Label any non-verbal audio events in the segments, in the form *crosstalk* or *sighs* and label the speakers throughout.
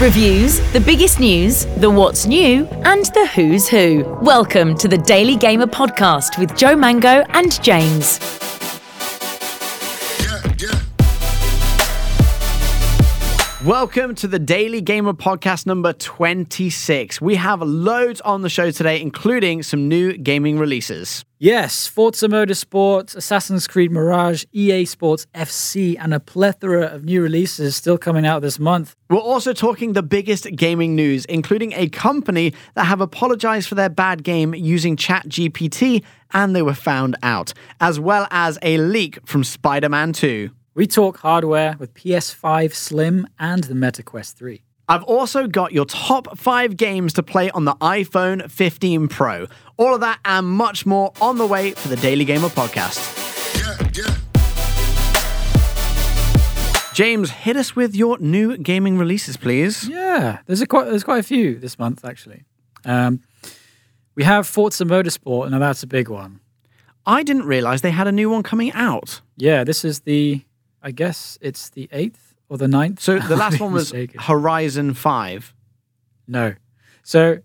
Speaker 1: Reviews, the biggest news, the what's new, and the who's who. Welcome to the Daily Gamer podcast with Joe Mango and James.
Speaker 2: Welcome to the Daily Gamer Podcast number 26. We have loads on the show today, including some new gaming releases.
Speaker 3: Yes, Forza Motorsport, Assassin's Creed Mirage, EA Sports FC, and a plethora of new releases still coming out this month.
Speaker 2: We're also talking the biggest gaming news, including a company that have apologized for their bad game using ChatGPT and they were found out, as well as a leak from Spider Man 2.
Speaker 3: We talk hardware with PS5 Slim and the MetaQuest 3.
Speaker 2: I've also got your top five games to play on the iPhone 15 Pro. All of that and much more on the way for the Daily Gamer podcast. James, hit us with your new gaming releases, please.
Speaker 3: Yeah, there's a quite there's quite a few this month actually. Um, we have Forza Motorsport, now that's a big one.
Speaker 2: I didn't realize they had a new one coming out.
Speaker 3: Yeah, this is the I guess it's the eighth or the ninth.
Speaker 2: So the
Speaker 3: *laughs* I'll
Speaker 2: last
Speaker 3: be
Speaker 2: one was
Speaker 3: mistaken.
Speaker 2: Horizon 5.
Speaker 3: No. So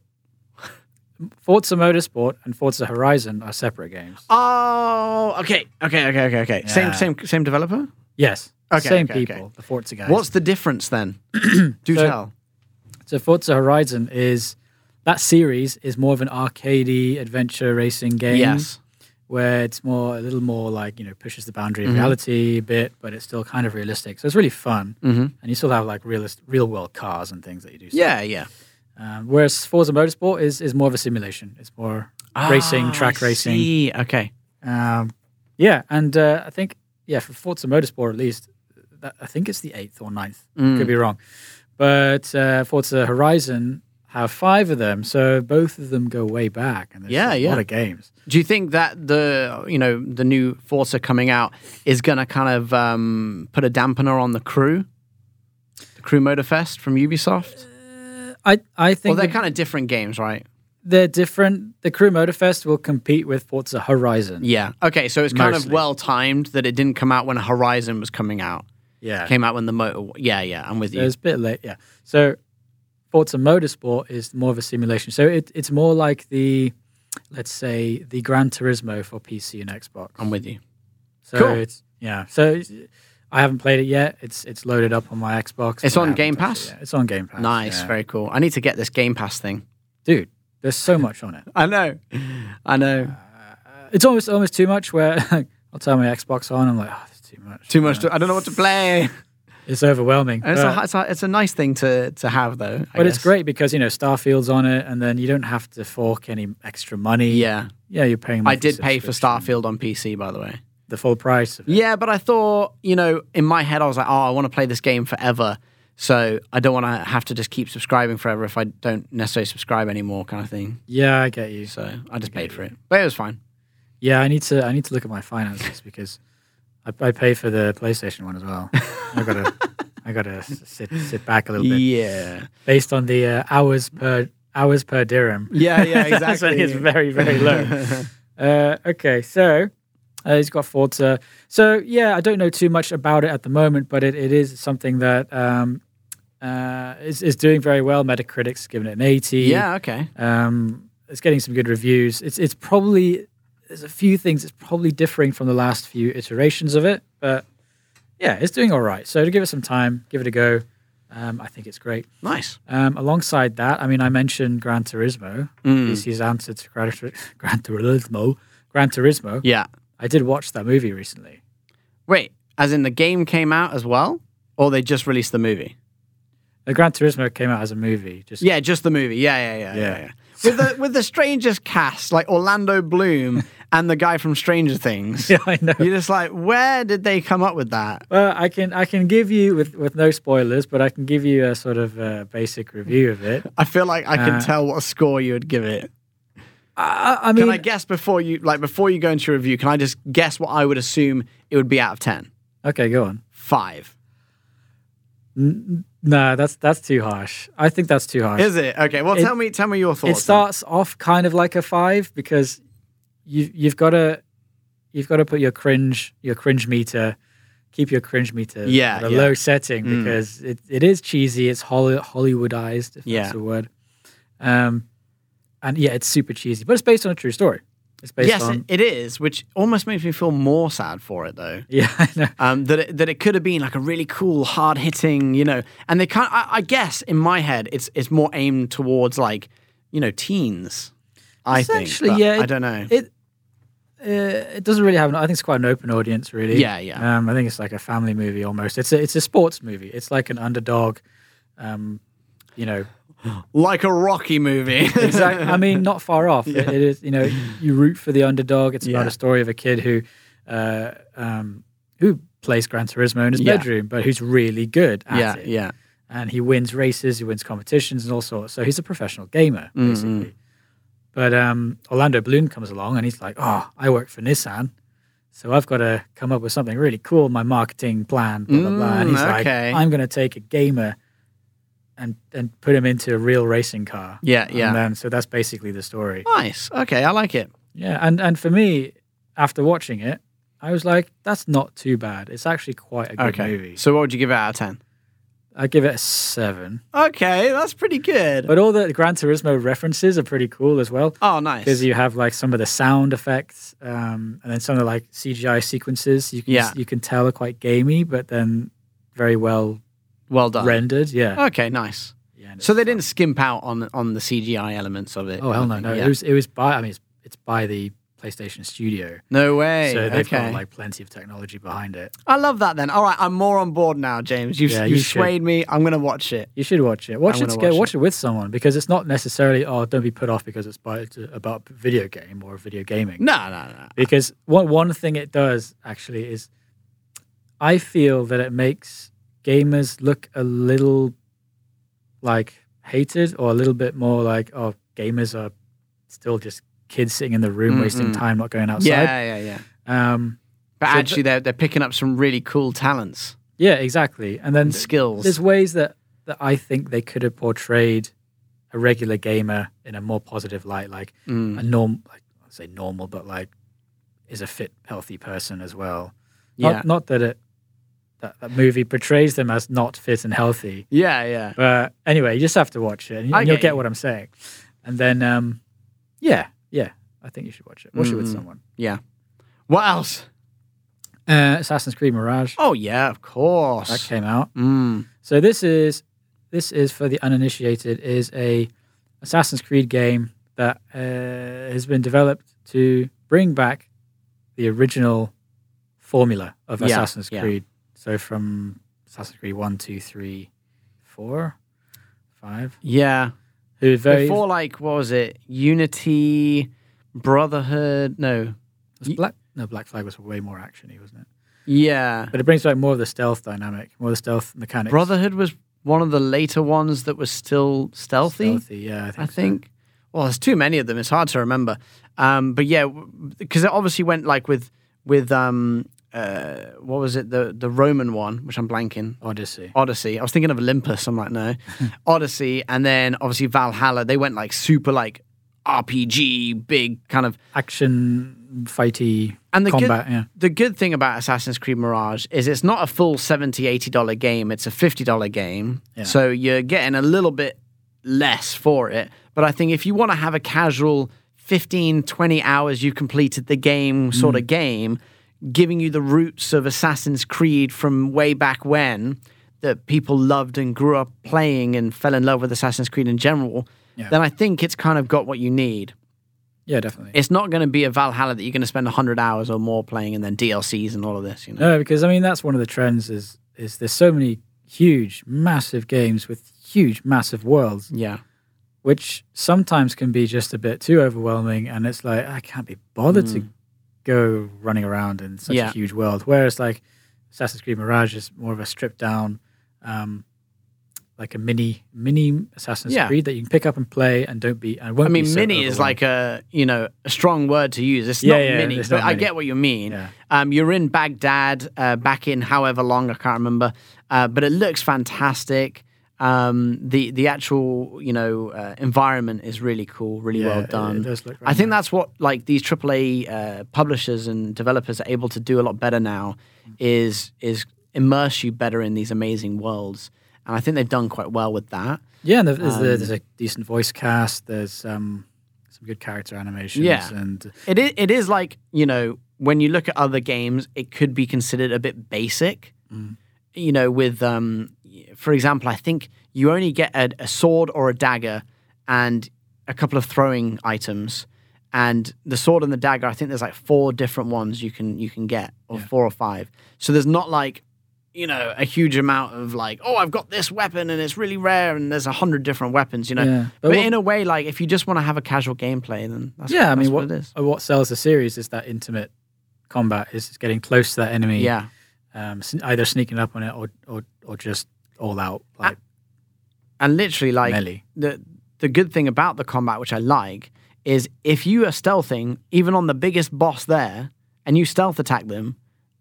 Speaker 3: Forza Motorsport and Forza Horizon are separate games.
Speaker 2: Oh, okay, okay, okay, okay, okay.
Speaker 3: Yeah.
Speaker 2: Same, same, same developer.
Speaker 3: Yes.
Speaker 2: Okay,
Speaker 3: Same
Speaker 2: okay,
Speaker 3: people,
Speaker 2: okay.
Speaker 3: the Forza guys.
Speaker 2: What's the difference then? Do
Speaker 3: So-
Speaker 2: tell.
Speaker 3: so Forza Horizon is that series is more of an arcadey adventure racing game.
Speaker 2: Yes.
Speaker 3: Where it's more a little more like, you know, pushes the boundary of
Speaker 2: Mm-hmm.
Speaker 3: reality a bit, but it's still kind of realistic. So it's really fun. Mm-hmm. And you still have like realist real world cars and things that you do.
Speaker 2: Yeah, yeah.
Speaker 3: Um, whereas Forza Motorsport is is more of a simulation. It's more
Speaker 2: Ah,
Speaker 3: racing, track
Speaker 2: I
Speaker 3: racing.
Speaker 2: see. Okay.
Speaker 3: Um, yeah, and uh, I think yeah for Forza Motorsport at least, that, I think it's the eighth or ninth.
Speaker 2: Mm.
Speaker 3: Could be wrong, but uh, Forza Horizon have five of them, so both of them go way back, and there's
Speaker 2: Yeah,
Speaker 3: a
Speaker 2: yeah.
Speaker 3: lot of games.
Speaker 2: Do you think that the you know the new Forza coming out is going to kind of um, put a dampener on the crew, the Crew Motorfest from Ubisoft?
Speaker 3: I I
Speaker 2: Well,
Speaker 3: think
Speaker 2: they're
Speaker 3: they're,
Speaker 2: kind of different games, right?
Speaker 3: they're different. The Crew Motorfest will compete with Forza Horizon.
Speaker 2: Yeah. Okay, so it's kind of
Speaker 3: Mostly.
Speaker 2: well timed that it didn't come out when Horizon was coming out.
Speaker 3: Yeah,
Speaker 2: Came out when the motor. Yeah, yeah. I'm with
Speaker 3: So
Speaker 2: you.
Speaker 3: it's a bit late. Yeah, so Forza Motorsport is more of a simulation. So it, it's more like the let's say the Gran Turismo for PC and Xbox.
Speaker 2: I'm with you.
Speaker 3: So
Speaker 2: Cool.
Speaker 3: it's yeah. So it's- I haven't played it yet. It's it's loaded up on my Xbox.
Speaker 2: It's
Speaker 3: but I
Speaker 2: on
Speaker 3: haven't
Speaker 2: Game
Speaker 3: touched
Speaker 2: Pass?
Speaker 3: it yet. It's on Game Pass.
Speaker 2: Nice.
Speaker 3: yeah.
Speaker 2: Very cool. I need to get this Game Pass thing.
Speaker 3: dude. There's so much on it.
Speaker 2: I know. I know.
Speaker 3: It's almost almost too much. Where *laughs* I'll turn my Xbox on, I'm like, oh, it's too much.
Speaker 2: Too much. To, I don't know what to play.
Speaker 3: It's overwhelming.
Speaker 2: And it's,
Speaker 3: but
Speaker 2: a, it's, a, it's a nice thing to to have though. I
Speaker 3: but it's
Speaker 2: guess.
Speaker 3: great because you know Starfield's on it, and then you don't have to fork any extra money.
Speaker 2: Yeah.
Speaker 3: yeah, you're paying.
Speaker 2: I
Speaker 3: monthly
Speaker 2: did pay for
Speaker 3: subscription,
Speaker 2: Starfield on PC, by the way.
Speaker 3: the full price. Of it.
Speaker 2: Yeah, but I thought, you know, in my head, I was like, oh, I want to play this game forever. So I don't want to have to just keep subscribing forever if I don't necessarily subscribe anymore, kind of thing.
Speaker 3: Yeah, I get you.
Speaker 2: So I just paid for it. But it was fine.
Speaker 3: Yeah, I need to. I need to look at my finances because I, I pay for the PlayStation one as well. I gotta.
Speaker 2: *laughs*
Speaker 3: I gotta s- sit sit back a little bit
Speaker 2: Yeah.
Speaker 3: based on the uh, hours per hours per dirham.
Speaker 2: Yeah, yeah,
Speaker 3: *laughs* That's when it's
Speaker 2: exactly.
Speaker 3: very
Speaker 2: *laughs*
Speaker 3: very low. uh, okay, so. Uh, he's got Forza. So, yeah, I don't know too much about it at the moment, but it, it is something that um, uh, is, is doing very well. Metacritic's giving it an 80.
Speaker 2: yeah, okay.
Speaker 3: Um, it's getting some good reviews. It's it's probably there's a few things. It's probably differing from the last few iterations of it, but yeah, it's doing all right. So to give it some time, give it a go. Um, I think it's great.
Speaker 2: Nice.
Speaker 3: Um, alongside that, I mean, I mentioned Gran Turismo.
Speaker 2: Mm.
Speaker 3: PC's answer to Gran, Tur- *laughs* Gran Turismo. Gran Turismo.
Speaker 2: Yeah.
Speaker 3: I did watch that movie recently.
Speaker 2: Wait, as in the game came out as well? Or they just released the movie?
Speaker 3: The Gran Turismo came out as a movie. *laughs* Just
Speaker 2: Yeah, just the movie. Yeah, yeah, yeah, yeah.
Speaker 3: Yeah.
Speaker 2: yeah. With the with the strangest cast, like Orlando *laughs* Bloom and the guy from Stranger Things.
Speaker 3: yeah, I know.
Speaker 2: You're just like, where did they come up with that?
Speaker 3: Well, I can I can give you with with no spoilers, but I can give you a sort of uh, basic review of it.
Speaker 2: I feel like I can
Speaker 3: Uh,
Speaker 2: tell what score you would give it.
Speaker 3: I, I mean,
Speaker 2: Can I guess before you like before you go into your review? Can I just guess what I would assume it would be out of ten?
Speaker 3: Okay, go on.
Speaker 2: Five.
Speaker 3: No, that's that's too harsh. I think that's too harsh.
Speaker 2: Is it okay? Well,
Speaker 3: It-
Speaker 2: tell me, tell me your
Speaker 3: it
Speaker 2: thoughts. then.
Speaker 3: starts off kind of like a five because you you've got to you've got to put your cringe your cringe meter keep your cringe meter
Speaker 2: Yeah,
Speaker 3: at a
Speaker 2: yeah. Mm.
Speaker 3: low setting because it, it is cheesy. It's Holly, Hollywoodized, if
Speaker 2: Yeah.
Speaker 3: that's a word. Um, and yeah, it's super cheesy, but it's based on a true story. It's based
Speaker 2: yes,
Speaker 3: on
Speaker 2: it, it is, which almost makes me feel more sad for it though.
Speaker 3: *laughs* yeah, I know.
Speaker 2: um, that it, that it could have been like a really cool, hard hitting, you know. And they kind, I, I guess, in my head, it's it's more aimed towards like you know teens. I think.
Speaker 3: Essentially,
Speaker 2: but
Speaker 3: yeah,
Speaker 2: I don't know.
Speaker 3: It uh, it doesn't really have. An, I think it's quite an open audience, really.
Speaker 2: Yeah, yeah.
Speaker 3: Um, I think it's like a family movie almost. It's a it's a sports movie. It's like an underdog. Um, you know,
Speaker 2: like a Rocky
Speaker 3: *laughs*
Speaker 2: movie.
Speaker 3: exactly. I mean,
Speaker 2: *laughs*
Speaker 3: not far off. It- it is, you know, you root for the underdog. It's
Speaker 2: Yeah.
Speaker 3: about a story of a kid who, uh, um, who plays Gran Turismo in his
Speaker 2: Yeah.
Speaker 3: bedroom, but who's really good at
Speaker 2: yeah,
Speaker 3: it.
Speaker 2: yeah.
Speaker 3: And he wins races, he wins competitions and all sorts. So he's a professional gamer,
Speaker 2: Mm-hmm.
Speaker 3: basically. But um, Orlando Bloom comes along and he's like, oh, I work for Nissan. So I've got to come up with something really cool, my marketing plan, blah, blah, blah. And
Speaker 2: Mm,
Speaker 3: he's
Speaker 2: okay.
Speaker 3: like, I'm going to take a gamer and, and put him into a real racing car.
Speaker 2: Yeah, yeah.
Speaker 3: And then, so that's basically the story.
Speaker 2: Nice. Okay, I like it.
Speaker 3: Yeah, and and for me, after watching it, I was like, that's not too bad. It's actually quite a good
Speaker 2: Okay.
Speaker 3: movie.
Speaker 2: So, what would you give it out of ten?
Speaker 3: I give it a seven.
Speaker 2: Okay, that's pretty good.
Speaker 3: But all the Gran Turismo references are pretty cool as well.
Speaker 2: oh, nice.
Speaker 3: Because you have like some of the sound effects, um, and then some of the like CGI sequences. You can
Speaker 2: Yeah.
Speaker 3: you can tell are quite gamey, but then very well
Speaker 2: well done.
Speaker 3: rendered. Yeah.
Speaker 2: Okay, nice.
Speaker 3: yeah and
Speaker 2: Oh. So
Speaker 3: it's
Speaker 2: they
Speaker 3: fun.
Speaker 2: didn't skimp out on on the CGI elements of it.
Speaker 3: Oh hell no,
Speaker 2: kind
Speaker 3: no.
Speaker 2: of thing.
Speaker 3: It
Speaker 2: Yeah.
Speaker 3: was it was by. I mean, it's, it's by the PlayStation Studio,
Speaker 2: No way.
Speaker 3: so they've
Speaker 2: okay.
Speaker 3: got like plenty of technology behind it.
Speaker 2: I love that then. All right, I'm more on board now, James. You've,
Speaker 3: Yeah,
Speaker 2: you
Speaker 3: you should.
Speaker 2: swayed me. I'm going to watch it.
Speaker 3: You should watch it. Watch
Speaker 2: I'm
Speaker 3: it
Speaker 2: gonna
Speaker 3: together.
Speaker 2: watch
Speaker 3: Watch, it. with someone because it's not necessarily oh don't be put off because it's by, it's about video game or video gaming.
Speaker 2: No, no, no.
Speaker 3: Because one one thing it does actually is, I feel that it makes gamers look a little like hated or a little bit more like oh gamers are still just kids sitting in the room wasting
Speaker 2: Mm-mm.
Speaker 3: time not going outside.
Speaker 2: Yeah, yeah, yeah.
Speaker 3: Um,
Speaker 2: But
Speaker 3: So
Speaker 2: actually, they're, they're picking up some really cool talents
Speaker 3: yeah, exactly. And then
Speaker 2: and skills.
Speaker 3: there's ways that that I think they could have portrayed a regular gamer in a more positive light, like
Speaker 2: Mm,
Speaker 3: a norm, like, I say normal, but like is a fit, healthy person as well. Not,
Speaker 2: yeah.
Speaker 3: not that it that, that movie portrays them as not fit and healthy,
Speaker 2: yeah, yeah.
Speaker 3: but anyway, you just have to watch it, and you-
Speaker 2: I
Speaker 3: and you'll
Speaker 2: get
Speaker 3: get
Speaker 2: you.
Speaker 3: what I'm saying. And then, um, yeah, yeah, I think you should watch it. Watch it with
Speaker 2: Mm.
Speaker 3: someone.
Speaker 2: Yeah. What else?
Speaker 3: Uh, Assassin's Creed Mirage
Speaker 2: Oh, yeah, of course.
Speaker 3: that came out.
Speaker 2: Mm,
Speaker 3: So this is this is for the uninitiated is a Assassin's Creed game that uh, has been developed to bring back the original formula of
Speaker 2: Yeah,
Speaker 3: Assassin's
Speaker 2: yeah.
Speaker 3: Creed. So from Assassin's Creed one, two, three, four, five.
Speaker 2: yeah.
Speaker 3: Who very
Speaker 2: Before, like, what was it? Unity, Brotherhood. No.
Speaker 3: was Black no Black Flag was way more actiony, wasn't it?
Speaker 2: Yeah.
Speaker 3: But it brings back more of the stealth dynamic, more of the stealth mechanics.
Speaker 2: Brotherhood was one of the later ones that was still stealthy.
Speaker 3: stealthy, yeah, I think.
Speaker 2: I
Speaker 3: so.
Speaker 2: think. Well, there's too many of them. It's hard to remember. Um, but yeah, because it obviously went like with with um, uh, what was it the the Roman one, which I'm blanking.
Speaker 3: Odyssey.
Speaker 2: Odyssey. I was thinking of Olympus. I'm like, no, Odyssey, and then obviously Valhalla. They went like super like RPG, big kind of.
Speaker 3: Action fighty
Speaker 2: And the good-
Speaker 3: combat, yeah.
Speaker 2: The good thing about Assassin's Creed Mirage is it's not a full 70 80 dollar game. It's a 50 dollar game.
Speaker 3: Yeah.
Speaker 2: So you're getting a little bit less for it. But I think if you want to have a casual 15, 20 hours you completed the game sort
Speaker 3: Mm.
Speaker 2: of game, giving you the roots of Assassin's Creed from way back when that people loved and grew up playing and fell in love with Assassin's Creed in general,
Speaker 3: Yeah.
Speaker 2: then I think it's kind of got what you need.
Speaker 3: Yeah, definitely.
Speaker 2: It's not going to be a Valhalla that you're going to spend 100 hours or more playing and then DLCs and all of this, you know?
Speaker 3: No, because I mean that's one of the trends is is there's so many huge, massive games with huge, massive worlds,
Speaker 2: Yeah.
Speaker 3: which sometimes can be just a bit too overwhelming, and it's like I can't be bothered to go running around in such
Speaker 2: Hmm. Yeah.
Speaker 3: a huge world. Whereas like Assassin's Creed Mirage is more of a stripped down, um, like a mini mini Assassin's
Speaker 2: Yeah.
Speaker 3: Creed that you can pick up and play and don't be and won't.
Speaker 2: I mean,
Speaker 3: be so
Speaker 2: mini is
Speaker 3: overwhelmed.
Speaker 2: like a you know a strong word to use. It's
Speaker 3: Yeah,
Speaker 2: not
Speaker 3: yeah,
Speaker 2: mini,
Speaker 3: it's
Speaker 2: but
Speaker 3: not
Speaker 2: I
Speaker 3: mini.
Speaker 2: get what you mean.
Speaker 3: Yeah.
Speaker 2: Um, you're in Baghdad uh, back in however long I can't remember, uh, but it looks fantastic. Um, the the actual you know uh, environment is really cool, really
Speaker 3: Yeah,
Speaker 2: well
Speaker 3: it- it
Speaker 2: done.
Speaker 3: does look very
Speaker 2: I think that's what like these AAA uh, publishers and developers are able to do a lot better now. Is is immerse you better in these amazing worlds, and I think they've done quite well with that.
Speaker 3: Yeah, and there's,
Speaker 2: um,
Speaker 3: the, there's a decent voice cast. There's um, some good character animations.
Speaker 2: Yeah.
Speaker 3: and
Speaker 2: It is, it is like, you know, when you look at other games, it could be considered a bit basic.
Speaker 3: Mm.
Speaker 2: You know, with, um, for example, I think you only get a, a sword or a dagger and a couple of throwing items. And the sword and the dagger, I think there's like four different ones you can you can get, or four or five. So there's not like, you know, a huge amount of like, oh, I've got this weapon and it's really rare, and there's a hundred different weapons. You know,
Speaker 3: Yeah.
Speaker 2: but,
Speaker 3: But what-
Speaker 2: in a way, like if you just want to have a casual gameplay, then that's
Speaker 3: yeah, I mean,
Speaker 2: that's
Speaker 3: what
Speaker 2: what it is.
Speaker 3: uh, what sells the series is that intimate combat. Is getting close to that enemy.
Speaker 2: Yeah.
Speaker 3: um, sn- either sneaking up on it or or, or just all out like
Speaker 2: And literally Ah, like
Speaker 3: melee.
Speaker 2: the the good thing about the combat which I like is if you are stealthing even on the biggest boss there and you stealth attack them,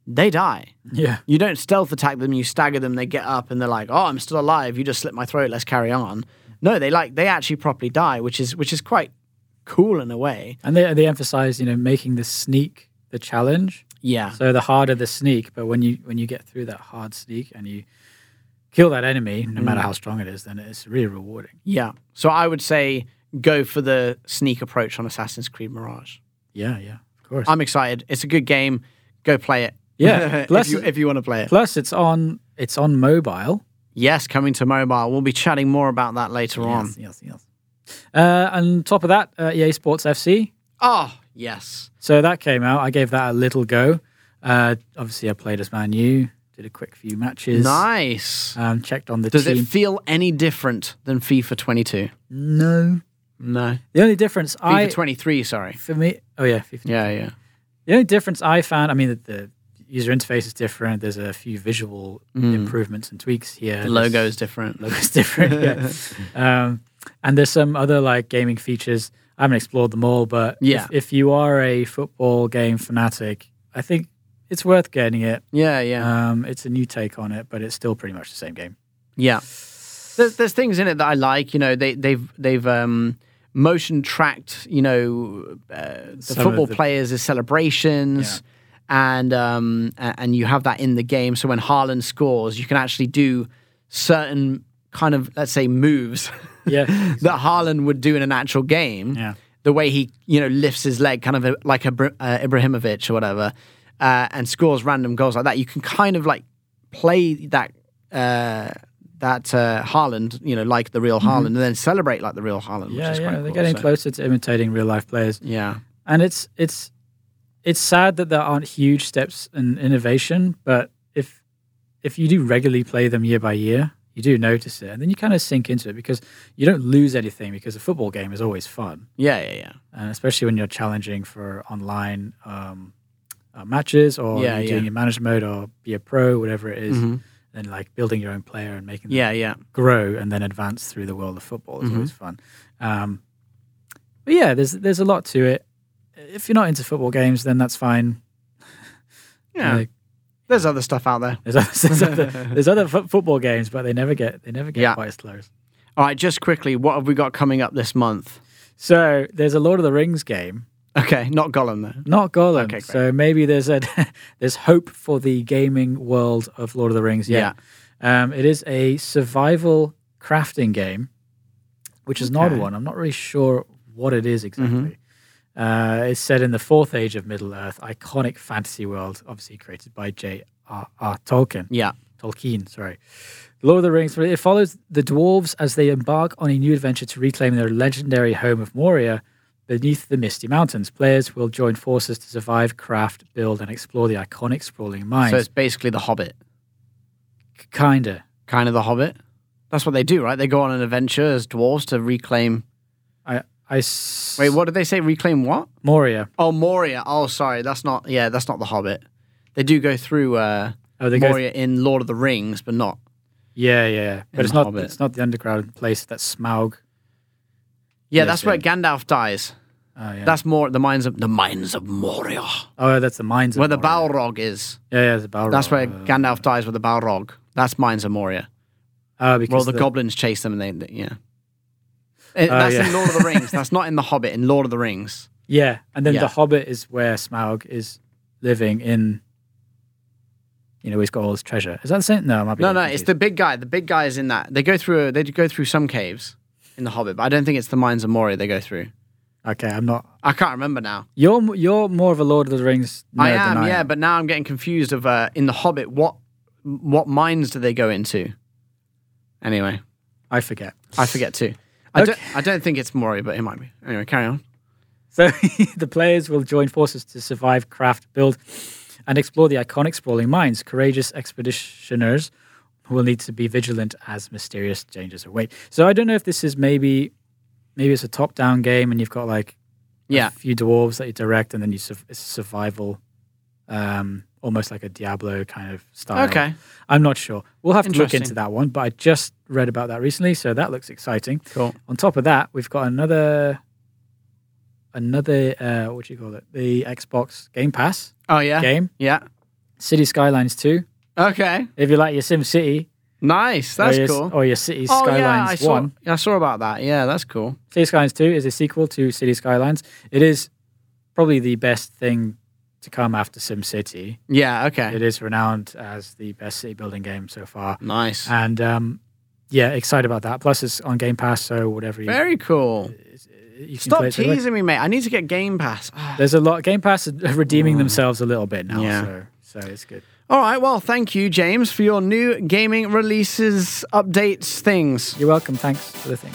Speaker 2: they die.
Speaker 3: Yeah,
Speaker 2: You don't stealth attack them, you stagger them, they get up and they're like, "Oh, I'm still alive. You just slit my throat. Let's carry on." No, they like they actually properly die, which is which is quite cool in a way.
Speaker 3: and they they emphasize you know making the sneak the challenge.
Speaker 2: Yeah.
Speaker 3: So the harder the sneak, but when you when you get through that hard sneak and you kill that enemy,
Speaker 2: Mm-hmm.
Speaker 3: no matter how strong it is, then it's really rewarding.
Speaker 2: Yeah. So I would say go for the sneak approach on Assassin's Creed Mirage.
Speaker 3: Yeah, yeah, of course.
Speaker 2: I'm excited. It's a good game. Go play it. *laughs*
Speaker 3: Yeah.
Speaker 2: if
Speaker 3: Plus-
Speaker 2: you, if you want to play it.
Speaker 3: Plus, it's on it's on mobile.
Speaker 2: Yes, coming to mobile. We'll be chatting more about that later on.
Speaker 3: Yes, yes, yes. Uh, and top of that, uh, EA Sports FC.
Speaker 2: Oh, yes.
Speaker 3: So that came out. I gave that a little go. Uh, obviously, I played as Man U. Did a quick few matches.
Speaker 2: Nice.
Speaker 3: Um, checked on the
Speaker 2: Does
Speaker 3: team.
Speaker 2: it feel any different than FIFA 22?
Speaker 3: no.
Speaker 2: No.
Speaker 3: The only difference
Speaker 2: FIFA
Speaker 3: I
Speaker 2: 23, sorry.
Speaker 3: for me. Oh yeah, 50.
Speaker 2: Yeah, yeah.
Speaker 3: The only difference I found, I mean, the, the user interface is different. There's a few visual improvements and tweaks here.
Speaker 2: Mm. The logo is different.
Speaker 3: *laughs* Logo's different.
Speaker 2: *laughs*
Speaker 3: Yeah. um, and there's some other like gaming features. I haven't explored them all, but
Speaker 2: Yeah.
Speaker 3: if, if you are a football game fanatic, I think it's worth getting it.
Speaker 2: Yeah, yeah.
Speaker 3: Um, it's a new take on it, but it's still pretty much the same game.
Speaker 2: Yeah. There's, there's things in it that I like. You know, they, they've they've um, motion tracked. You know, uh, the
Speaker 3: Some of
Speaker 2: football
Speaker 3: the-
Speaker 2: players' celebrations, and um, a- and you have that in the game. So when Haaland scores, you can actually do certain kind of let's say moves
Speaker 3: *laughs*
Speaker 2: *laughs*
Speaker 3: Yeah.
Speaker 2: that Haaland would do in an actual game.
Speaker 3: Yeah.
Speaker 2: The way he, you know, lifts his leg, kind of a- like Ibra- uh, Ibrahimovic or whatever, uh, and scores random goals like that. You can kind of like play that uh, that uh, Haaland, you know, like the real Haaland, and then celebrate like the real Haaland.
Speaker 3: Mm-hmm. yeah,
Speaker 2: which is
Speaker 3: yeah.
Speaker 2: quite
Speaker 3: They're
Speaker 2: cool,
Speaker 3: getting
Speaker 2: so-
Speaker 3: closer to imitating real life players.
Speaker 2: Yeah,
Speaker 3: and it's it's it's sad that there aren't huge steps in innovation but if if you do regularly play them year by year you do notice it and then you kind of sink into it because you don't lose anything because a football game is always fun
Speaker 2: yeah, yeah, yeah.
Speaker 3: and especially when you're challenging for online um, uh, matches or
Speaker 2: Yeah,
Speaker 3: you're doing
Speaker 2: yeah.
Speaker 3: your manager mode or be a pro whatever it is,
Speaker 2: Mhm.
Speaker 3: and like building your own player and making them
Speaker 2: Yeah, yeah.
Speaker 3: grow and then advance through the world of football is always
Speaker 2: Mm-hmm.
Speaker 3: fun. Um, but yeah, there's there's a lot to it. If you're not into football games, then that's fine.
Speaker 2: Yeah.
Speaker 3: Like,
Speaker 2: There's other stuff out there.
Speaker 3: there's other, *laughs* there's other, there's other fo- football games, but they never get they never get
Speaker 2: Yeah.
Speaker 3: quite as close.
Speaker 2: All right, just quickly, what have we got coming up this month?
Speaker 3: So there's a Lord of the Rings game,
Speaker 2: Okay, not Gollum though.
Speaker 3: not Gollum.
Speaker 2: great.
Speaker 3: so maybe there's a *laughs* there's hope for the gaming world of Lord of the Rings. Yeah, Um, it is a survival crafting game, which is an odd
Speaker 2: Okay. Mm-hmm.
Speaker 3: one. I'm not really sure what it is exactly. Uh, it's set in the fourth age of Middle Earth, iconic fantasy world, obviously created by J.R.R. Tolkien.
Speaker 2: Yeah,
Speaker 3: Tolkien, sorry. Lord of the Rings. It follows the dwarves as they embark on a new adventure to reclaim their legendary home of Moria beneath the Misty Mountains. Players will join forces to survive, craft, build, and explore the iconic sprawling
Speaker 2: so it's
Speaker 3: mines.
Speaker 2: basically The Hobbit.
Speaker 3: kinda.
Speaker 2: kind of the Hobbit. That's what they do, right? They go on an adventure as dwarves to reclaim.
Speaker 3: I, I s-
Speaker 2: Wait, what did they say? Reclaim what?
Speaker 3: Moria.
Speaker 2: Oh, Moria. Oh, sorry, that's not. Yeah, that's not the Hobbit. They do go through uh,
Speaker 3: Oh, they go
Speaker 2: Moria in Lord of the Rings, but not.
Speaker 3: Yeah, yeah, yeah.
Speaker 2: In
Speaker 3: But it's
Speaker 2: The
Speaker 3: not
Speaker 2: Hobbit.
Speaker 3: it's not the underground place that Smaug.
Speaker 2: Yeah,
Speaker 3: Yes,
Speaker 2: that's where Gandalf dies.
Speaker 3: Oh yeah.
Speaker 2: That's more the mines of the mines of Moria,
Speaker 3: oh, that's the mines. of
Speaker 2: where the
Speaker 3: Moria.
Speaker 2: Balrog is.
Speaker 3: Yeah, yeah, the Balrog.
Speaker 2: That's where
Speaker 3: Uh,
Speaker 2: Gandalf dies with the Balrog. That's mines of Moria.
Speaker 3: Uh, because
Speaker 2: Well, the,
Speaker 3: the-
Speaker 2: goblins chase them, and they, they- yeah. It-
Speaker 3: Oh,
Speaker 2: that's
Speaker 3: yeah.
Speaker 2: in Lord of the
Speaker 3: *laughs*
Speaker 2: Rings. That's not in The Hobbit. In Lord of the Rings,
Speaker 3: yeah, and then
Speaker 2: Yeah.
Speaker 3: the Hobbit is where Smaug is living in. You know, he's got all his treasure. Is that the same? No, it might be
Speaker 2: no,
Speaker 3: getting
Speaker 2: no, it's
Speaker 3: confused.
Speaker 2: the big guy. The big guy is in that. They go through. They go through some caves in The Hobbit, but I don't think it's the Mines of Moria they go through.
Speaker 3: Okay, I'm not.
Speaker 2: I can't remember now.
Speaker 3: You're m- you're more of a Lord of the Rings. Nerd
Speaker 2: I am,
Speaker 3: than I
Speaker 2: yeah,
Speaker 3: am.
Speaker 2: but now I'm getting confused of uh, in The Hobbit what what mines do they go into? Anyway,
Speaker 3: I forget.
Speaker 2: I forget too. I,
Speaker 3: Okay.
Speaker 2: don't, I don't think it's Moria, but it might be. Anyway, carry on.
Speaker 3: So *laughs* the players will join forces to survive, craft, build, and explore the iconic sprawling mines. Courageous expeditioners will need to be vigilant as mysterious dangers await. So I don't know if this is maybe maybe it's a top-down game and you've got like
Speaker 2: Yeah,
Speaker 3: a few dwarves that you direct, and then you sur- it's survival, um, almost like a Diablo kind of style.
Speaker 2: Okay.
Speaker 3: I'm not sure. We'll have to look
Speaker 2: Interesting.
Speaker 3: into that one, but I just read about that recently, so that looks exciting.
Speaker 2: cool.
Speaker 3: On top of that, we've got another another uh, what do you call it? The Xbox Game Pass
Speaker 2: Oh yeah,
Speaker 3: game,
Speaker 2: yeah.
Speaker 3: City Skylines Two.
Speaker 2: Okay,
Speaker 3: If you like your Sim City,
Speaker 2: nice. That's
Speaker 3: or your,
Speaker 2: cool.
Speaker 3: Or your City
Speaker 2: Oh
Speaker 3: Skylines
Speaker 2: yeah, I saw.
Speaker 3: One.
Speaker 2: I saw about that. Yeah, that's cool.
Speaker 3: City Skylines 2 is a sequel to City Skylines. It is probably the best thing to come after SimCity.
Speaker 2: Yeah. Okay.
Speaker 3: It is renowned as the best city building game so far.
Speaker 2: Nice.
Speaker 3: And um, yeah, excited about that. Plus, it's on Game Pass, so whatever you,
Speaker 2: Very cool.
Speaker 3: you can play
Speaker 2: Stop
Speaker 3: it straight away.
Speaker 2: teasing me, mate. I need to get Game Pass. *sighs* Ah.
Speaker 3: There's a lot. Game Pass are *laughs* redeeming themselves a little bit now,
Speaker 2: Mm. Yeah.
Speaker 3: so so it's good.
Speaker 2: All right. Well, thank you, James, for your new gaming releases, updates, things.
Speaker 3: You're welcome. Thanks for the thing.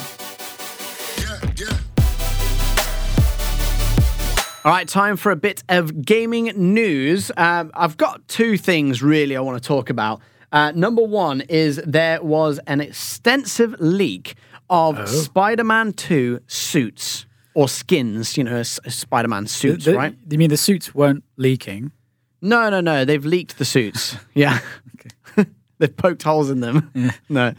Speaker 2: All right, time for a bit of gaming news. Um, I've got two things really I want to talk about. Uh, number one is there was an extensive leak
Speaker 3: Oh.
Speaker 2: of Spider Man 2 suits or skins, you know, Spider Man suits,
Speaker 3: The-
Speaker 2: right?
Speaker 3: You mean the suits weren't leaking?
Speaker 2: No, no, no. They've leaked the suits. Yeah. *laughs* they've poked holes in them. *laughs* No.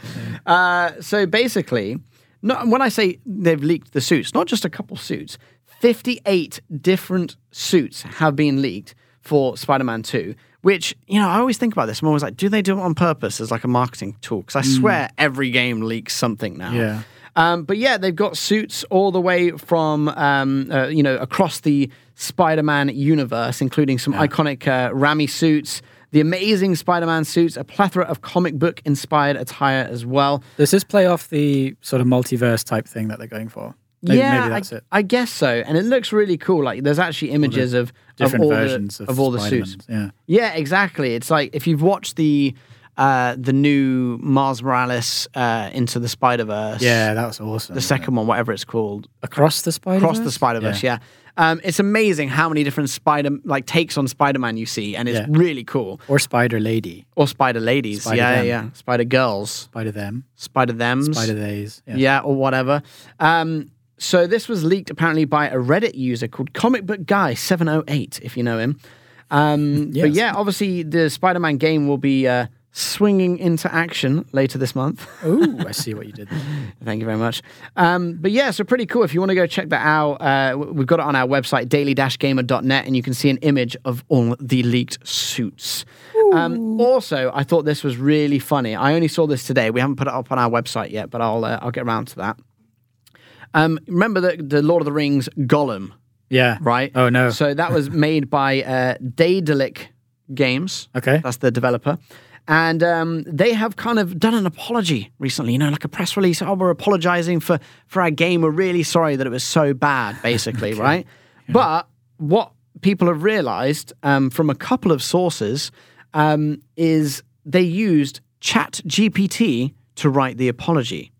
Speaker 2: Uh, so basically, no, when I say they've leaked the suits, not just a couple suits, 58 different suits have been leaked for Spider Man 2. Which, you know, I always think about this. I'm always like, do they do it on purpose as like a marketing tool? Because I swear every game leaks something now.
Speaker 3: Yeah.
Speaker 2: Um, but yeah, they've got suits all the way from um, uh, you know across the Spider-Man universe, including some iconic uh, Rami suits, the amazing Spider-Man suits, a plethora of comic book inspired attire as well.
Speaker 3: Does this play off the sort of multiverse type thing that they're going for? Maybe,
Speaker 2: yeah,
Speaker 3: maybe that's
Speaker 2: I,
Speaker 3: it.
Speaker 2: I guess so, and it looks really cool. Like there's actually images of
Speaker 3: Different
Speaker 2: of all
Speaker 3: versions
Speaker 2: the,
Speaker 3: of,
Speaker 2: of, all the
Speaker 3: Spider-Man.
Speaker 2: suits.
Speaker 3: Yeah.
Speaker 2: Yeah, exactly. It's like if you've watched the uh, the new Mars Morales uh, into the Spider Verse.
Speaker 3: Yeah, that was awesome.
Speaker 2: The second one, whatever it's called,
Speaker 3: across the spider.
Speaker 2: across the Spider Verse. Yeah, Um, it's amazing how many different Spider like takes on Spider Man you see, and it's
Speaker 3: Yeah.
Speaker 2: really cool.
Speaker 3: Or Spider Lady,
Speaker 2: Or Spider Ladies, yeah, yeah,
Speaker 3: Spider-Them.
Speaker 2: yeah, Spider Girls,
Speaker 3: Spider Them,
Speaker 2: Spider Them's,
Speaker 3: Spider Theys.
Speaker 2: yeah. or whatever. Um, so this was leaked apparently by a Reddit user called Comic Book Guy seven oh eight, if you know him. Um, But
Speaker 3: Yes.
Speaker 2: yeah, obviously the Spider Man game will be uh, swinging into action later this month. *laughs*
Speaker 3: Ooh, I see what you did. there.
Speaker 2: Thank you very much. Um, but yeah, so pretty cool. If you want to go check that out, uh, w- we've got it on our website, daily-gamer.net, and you can see an image of all the leaked suits. Um, also, I thought this was really funny. I only saw this today. We haven't put it up on our website yet, but I'll uh, I'll get around to that. Um, remember the, the Lord of the Rings Gollum,
Speaker 3: Yeah.
Speaker 2: *laughs* right?
Speaker 3: Oh no.
Speaker 2: So that was made by uh, Daedalic Games.
Speaker 3: okay.
Speaker 2: That's the developer. And um, they have kind of done an apology recently, you know, like a press release. Oh, we're apologizing for, for our game. We're really sorry that it was so bad,
Speaker 3: *laughs*
Speaker 2: basically, right? But what people have realized um, from a couple of sources um, is they used Chat GPT to write the apology.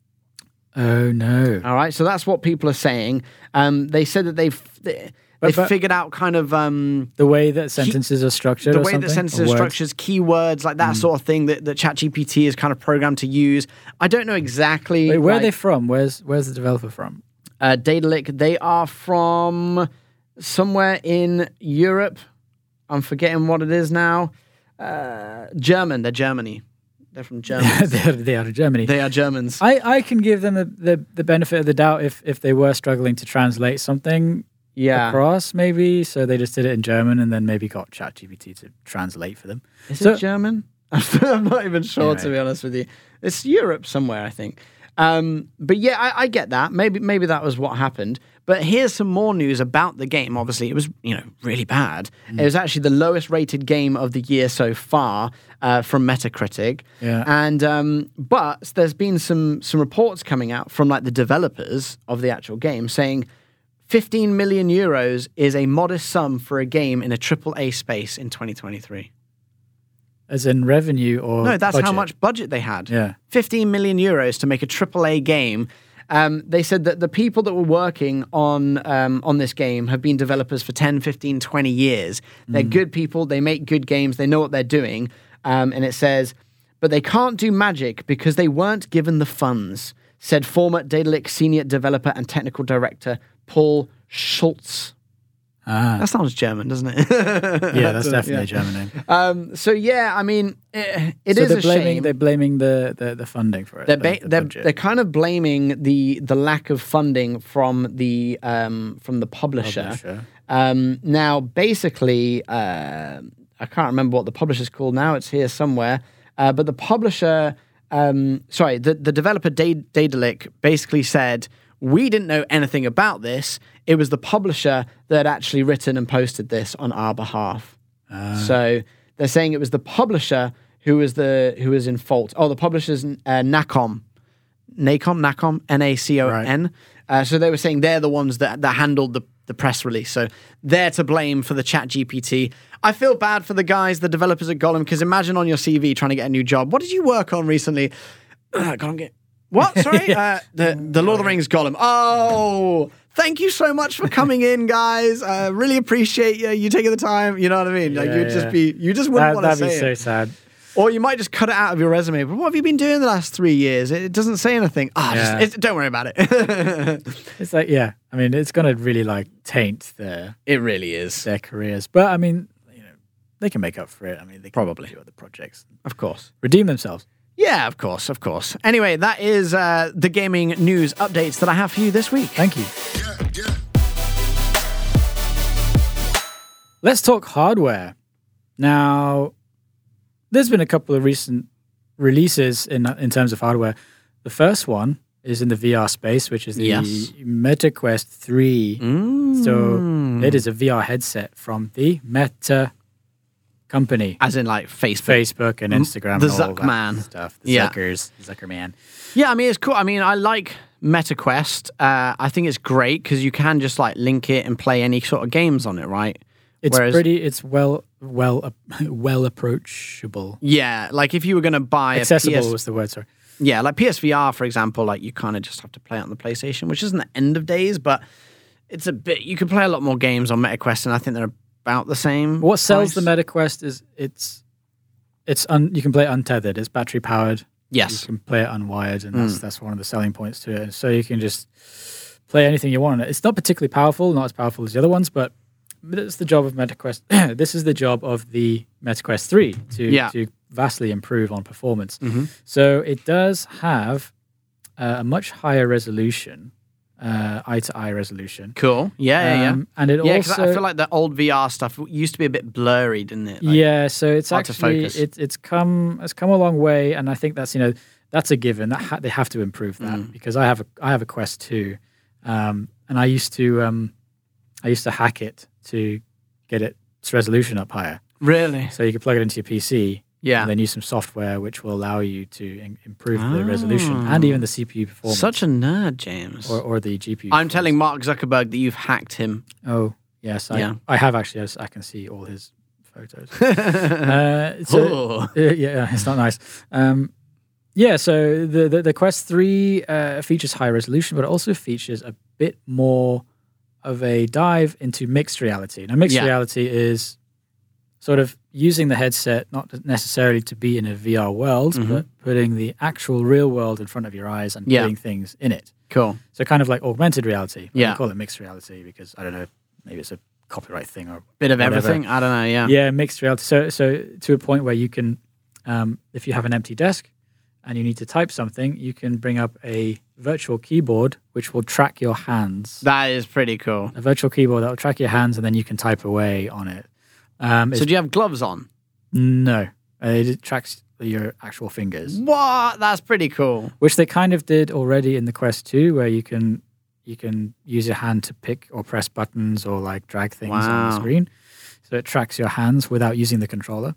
Speaker 3: Oh no.
Speaker 2: All right, so that's what people are saying. Um, they said that they've they,
Speaker 3: But-
Speaker 2: they've
Speaker 3: but-
Speaker 2: figured out kind of um,
Speaker 3: The way that sentences are structured.
Speaker 2: the
Speaker 3: or
Speaker 2: way
Speaker 3: something,
Speaker 2: that
Speaker 3: or
Speaker 2: sentences
Speaker 3: words. Hmm.
Speaker 2: structures keywords like that sort of thing that, that ChatGPT is kind of programmed to use. I don't know exactly.
Speaker 3: Wait, where are they
Speaker 2: like,
Speaker 3: from? Where's Where's the developer from? *laughs*
Speaker 2: uh, Datalic? They are from somewhere in Europe. I'm forgetting what it is now. Uh, German. They're Germany. They're from
Speaker 3: *laughs*
Speaker 2: Germany.
Speaker 3: they're, they are Germany.
Speaker 2: they are Germans.
Speaker 3: I, I can give them the, the, the benefit of the doubt if, if they were struggling to translate something
Speaker 2: yeah.
Speaker 3: across, maybe. So they just did it in German and then maybe got ChatGPT to translate for them.
Speaker 2: Is
Speaker 3: So-
Speaker 2: it German? *laughs* I'm not even sure,
Speaker 3: Yeah.
Speaker 2: to be honest with you. It's Europe somewhere, I think. Um, but yeah, I, I get that. Maybe maybe that was what happened. But here's some more news about the game. Obviously, it was you know really bad.
Speaker 3: Mm.
Speaker 2: It was actually the lowest rated game of the year so far uh, from Metacritic.
Speaker 3: Yeah.
Speaker 2: And um, but there's been some some reports coming out from like the developers of the actual game saying 15 million euros is a modest sum for a game in a AAA space in 2023.
Speaker 3: As in revenue or
Speaker 2: No, that's how
Speaker 3: budget?
Speaker 2: much budget they had.
Speaker 3: Yeah.
Speaker 2: 15 million euros to make a AAA game. Um, they said that the people that were working on um, on this game have been developers for 10, 15, 20 years. They're
Speaker 3: Mm.
Speaker 2: good people. They make good games. They know what they're doing. Um, and it says, but they can't do magic because they weren't given the funds, said former Daedalic senior developer and technical director Paul Schultz.
Speaker 3: Ah,
Speaker 2: That sounds German, doesn't it? *laughs*
Speaker 3: yeah, that's definitely a German name.
Speaker 2: Um, so yeah, I mean, it, it
Speaker 3: so
Speaker 2: is
Speaker 3: they're
Speaker 2: a
Speaker 3: blaming
Speaker 2: shame.
Speaker 3: they're blaming the, the, the funding for it.
Speaker 2: They're,
Speaker 3: the-
Speaker 2: ba-
Speaker 3: the
Speaker 2: they're,
Speaker 3: budget.
Speaker 2: they're kind of blaming the the lack of funding from the um, from the publisher.
Speaker 3: Publisher.
Speaker 2: Um, now, basically, uh, I can't remember what the publisher's called now. It's here somewhere. Uh, but the publisher, um, sorry, the, the developer Da- Daedalic basically said, we didn't know anything about this. It was the publisher that had actually written and posted this on our behalf. So they're saying it was the publisher who was the who was in fault. Oh, the publisher's uh, Nacom, Nacom, Nacom, N A C O N. Uh, So they were saying they're the ones that that handled the the press release. So they're to blame for the Chat GPT. I feel bad for the guys, the developers at Golem, because imagine on your CV trying to get a new job. What did you work on recently? *clears throat* Golem get what?
Speaker 3: *laughs*
Speaker 2: Sorry, uh, the the Lord of the Rings Golem. Oh. Thank you so much for coming in, guys. Uh, really appreciate you, you taking the time. You know what I mean? Like
Speaker 3: Yeah,
Speaker 2: you'd just
Speaker 3: yeah.
Speaker 2: be, you just wouldn't
Speaker 3: That,
Speaker 2: want to
Speaker 3: that'd
Speaker 2: say
Speaker 3: be
Speaker 2: it.
Speaker 3: so sad.
Speaker 2: Or you might just cut it out of your resume. But what have you been doing the last three years? It, it doesn't say anything. Ah, just-
Speaker 3: Yeah.
Speaker 2: it's- don't worry about it. *laughs*
Speaker 3: It's like yeah, I mean, it's gonna really like taint their
Speaker 2: it really is.
Speaker 3: their careers. But I mean, you know, they can make up for it. I mean, they can
Speaker 2: Probably.
Speaker 3: do other projects,
Speaker 2: Of course.
Speaker 3: redeem themselves.
Speaker 2: Yeah, of course, of course. Anyway, that is uh, the gaming news updates that I have for you this week.
Speaker 3: Thank you. Let's talk hardware. Now, there's been a couple of recent releases in in terms of hardware. The first one is in the VR space, which is the
Speaker 2: Yes.
Speaker 3: Meta Quest 3.
Speaker 2: Mm.
Speaker 3: So it is a VR headset from the Meta company.
Speaker 2: As in, like, Facebook.
Speaker 3: Facebook and Instagram
Speaker 2: Mm, the
Speaker 3: and all that
Speaker 2: Zuckman.
Speaker 3: stuff. The
Speaker 2: Yeah.
Speaker 3: Zuckers, Zuckerman.
Speaker 2: Yeah, I mean, it's cool. I mean, I like MetaQuest. Uh, I think it's great because you can just, like, link it and play any sort of games on it, right?
Speaker 3: It's
Speaker 2: Whereas-
Speaker 3: pretty. It's well, well, uh, *laughs* well approachable.
Speaker 2: Yeah, like if you were going to buy
Speaker 3: Accessible
Speaker 2: a PS
Speaker 3: was the word. Sorry.
Speaker 2: Yeah, like PSVR, for example, like you kind of just have to play it on the PlayStation, which isn't the end of days, but it's a bit. You can play a lot more games on MetaQuest, and I think they're about the same.
Speaker 3: What sells the
Speaker 2: price.
Speaker 3: Meta Quest is it's it's un, you can play it untethered. It's battery powered. You
Speaker 2: Yes, Mm.
Speaker 3: can play it unwired, and that's that's one of the selling points to it. So you can just play anything you want on it. It's not particularly powerful, not as powerful as the other ones, but that's the job of MetaQuest. *clears throat* this is the job of the MetaQuest three to
Speaker 2: Yeah. Mm-hmm.
Speaker 3: to vastly improve on performance. So it does have uh, a much higher resolution, uh, eye to eye resolution.
Speaker 2: cool. Yeah, yeah, yeah.
Speaker 3: Um, and it
Speaker 2: yeah, because
Speaker 3: also
Speaker 2: I feel like the old VR stuff used to be a bit blurry, didn't it? Like,
Speaker 3: yeah, so it's
Speaker 2: hard to
Speaker 3: actually
Speaker 2: focus.
Speaker 3: it, it's come it's come a long way, and I think that's you know that's a given that ha- they have to improve that
Speaker 2: Mm.
Speaker 3: because I have a I have a Quest two, um, and I used to um, I used to hack it to get it, its resolution up higher,
Speaker 2: Really?
Speaker 3: so you could plug it into your PC.
Speaker 2: Yeah.
Speaker 3: And then use some software which will allow you to in- improve the resolution and even the CPU performance
Speaker 2: Ah. Such a nerd, James.
Speaker 3: or, or the GPU.
Speaker 2: I'm
Speaker 3: performance.
Speaker 2: telling Mark Zuckerberg that you've hacked him.
Speaker 3: Oh yes, I,
Speaker 2: Yeah.
Speaker 3: I have actually. Yes, I can see all his
Speaker 2: *laughs*
Speaker 3: photos. uh, so,
Speaker 2: Oh.
Speaker 3: uh, yeah, it's not nice. Um, yeah, so the, the the Quest Three uh, features high resolution, but it also features a bit more of a dive into mixed reality. Now, mixed
Speaker 2: Yeah.
Speaker 3: reality is sort of using the headset not necessarily to be in a VR world, but putting the actual real world in front of your eyes and
Speaker 2: Mm-hmm. Yeah.
Speaker 3: putting things in it.
Speaker 2: Cool.
Speaker 3: So kind of like augmented reality.
Speaker 2: Yeah.
Speaker 3: I call it mixed reality because I don't know, maybe it's a copyright thing or
Speaker 2: Bit of
Speaker 3: whatever.
Speaker 2: everything. I don't know. Yeah.
Speaker 3: Yeah, mixed reality. So so to a point where you can, um, if you have an empty desk and you need to type something, you can bring up a virtual keyboard which will track your hands.
Speaker 2: That is pretty cool.
Speaker 3: a virtual keyboard that will track your hands and then you can type away on it. Um,
Speaker 2: So
Speaker 3: it's-
Speaker 2: do you have gloves on?
Speaker 3: no, uh, it tracks your actual fingers,
Speaker 2: What? That's pretty cool.
Speaker 3: which they kind of did already in the Quest 2, where you can you can use your hand to pick or press buttons or like drag things on the
Speaker 2: Wow.
Speaker 3: screen. So it tracks your hands without using the controller.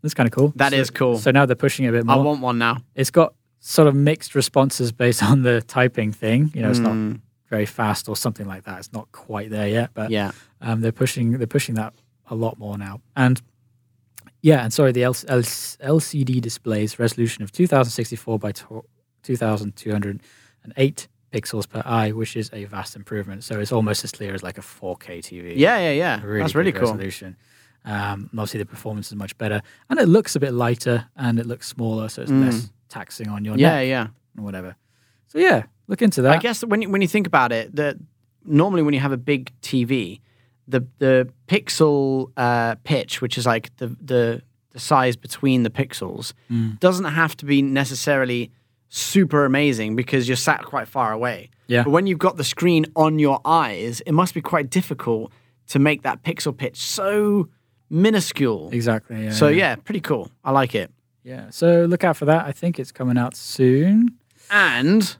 Speaker 3: That's kind of cool.
Speaker 2: That
Speaker 3: That is
Speaker 2: is cool.
Speaker 3: So now they're pushing it a bit
Speaker 2: I
Speaker 3: more.
Speaker 2: want one now.
Speaker 3: it's got sort of mixed responses based *laughs* on the typing thing. You know, it's
Speaker 2: Hmm.
Speaker 3: not very fast or something like that. It's not quite there yet, but
Speaker 2: Yeah.
Speaker 3: um, they're pushing they're pushing that a lot more now. And yeah, and sorry, the L- L- LCD displays resolution of 2064 by tw 2208 pixels per eye, which is a vast improvement. So it's almost as clear as like a 4K TV.
Speaker 2: Yeah, yeah, yeah.
Speaker 3: A really
Speaker 2: That's really
Speaker 3: good
Speaker 2: cool.
Speaker 3: Resolution. Um, and obviously, the performance is much better, and it looks a bit lighter and it looks smaller, so it's less taxing on your
Speaker 2: Mm. Yeah,
Speaker 3: neck
Speaker 2: yeah.
Speaker 3: and whatever. So yeah, look into that.
Speaker 2: I guess when you, when you think about it, that normally when you have a big TV, the the pixel uh, pitch, which is like the the the size between the pixels,
Speaker 3: Mm.
Speaker 2: doesn't have to be necessarily super amazing because you're sat quite far away.
Speaker 3: Yeah.
Speaker 2: But when you've got the screen on your eyes, it must be quite difficult to make that pixel pitch so minuscule.
Speaker 3: exactly. Yeah,
Speaker 2: So yeah, pretty cool. I like it.
Speaker 3: yeah. So look out for that. I think it's coming out soon.
Speaker 2: And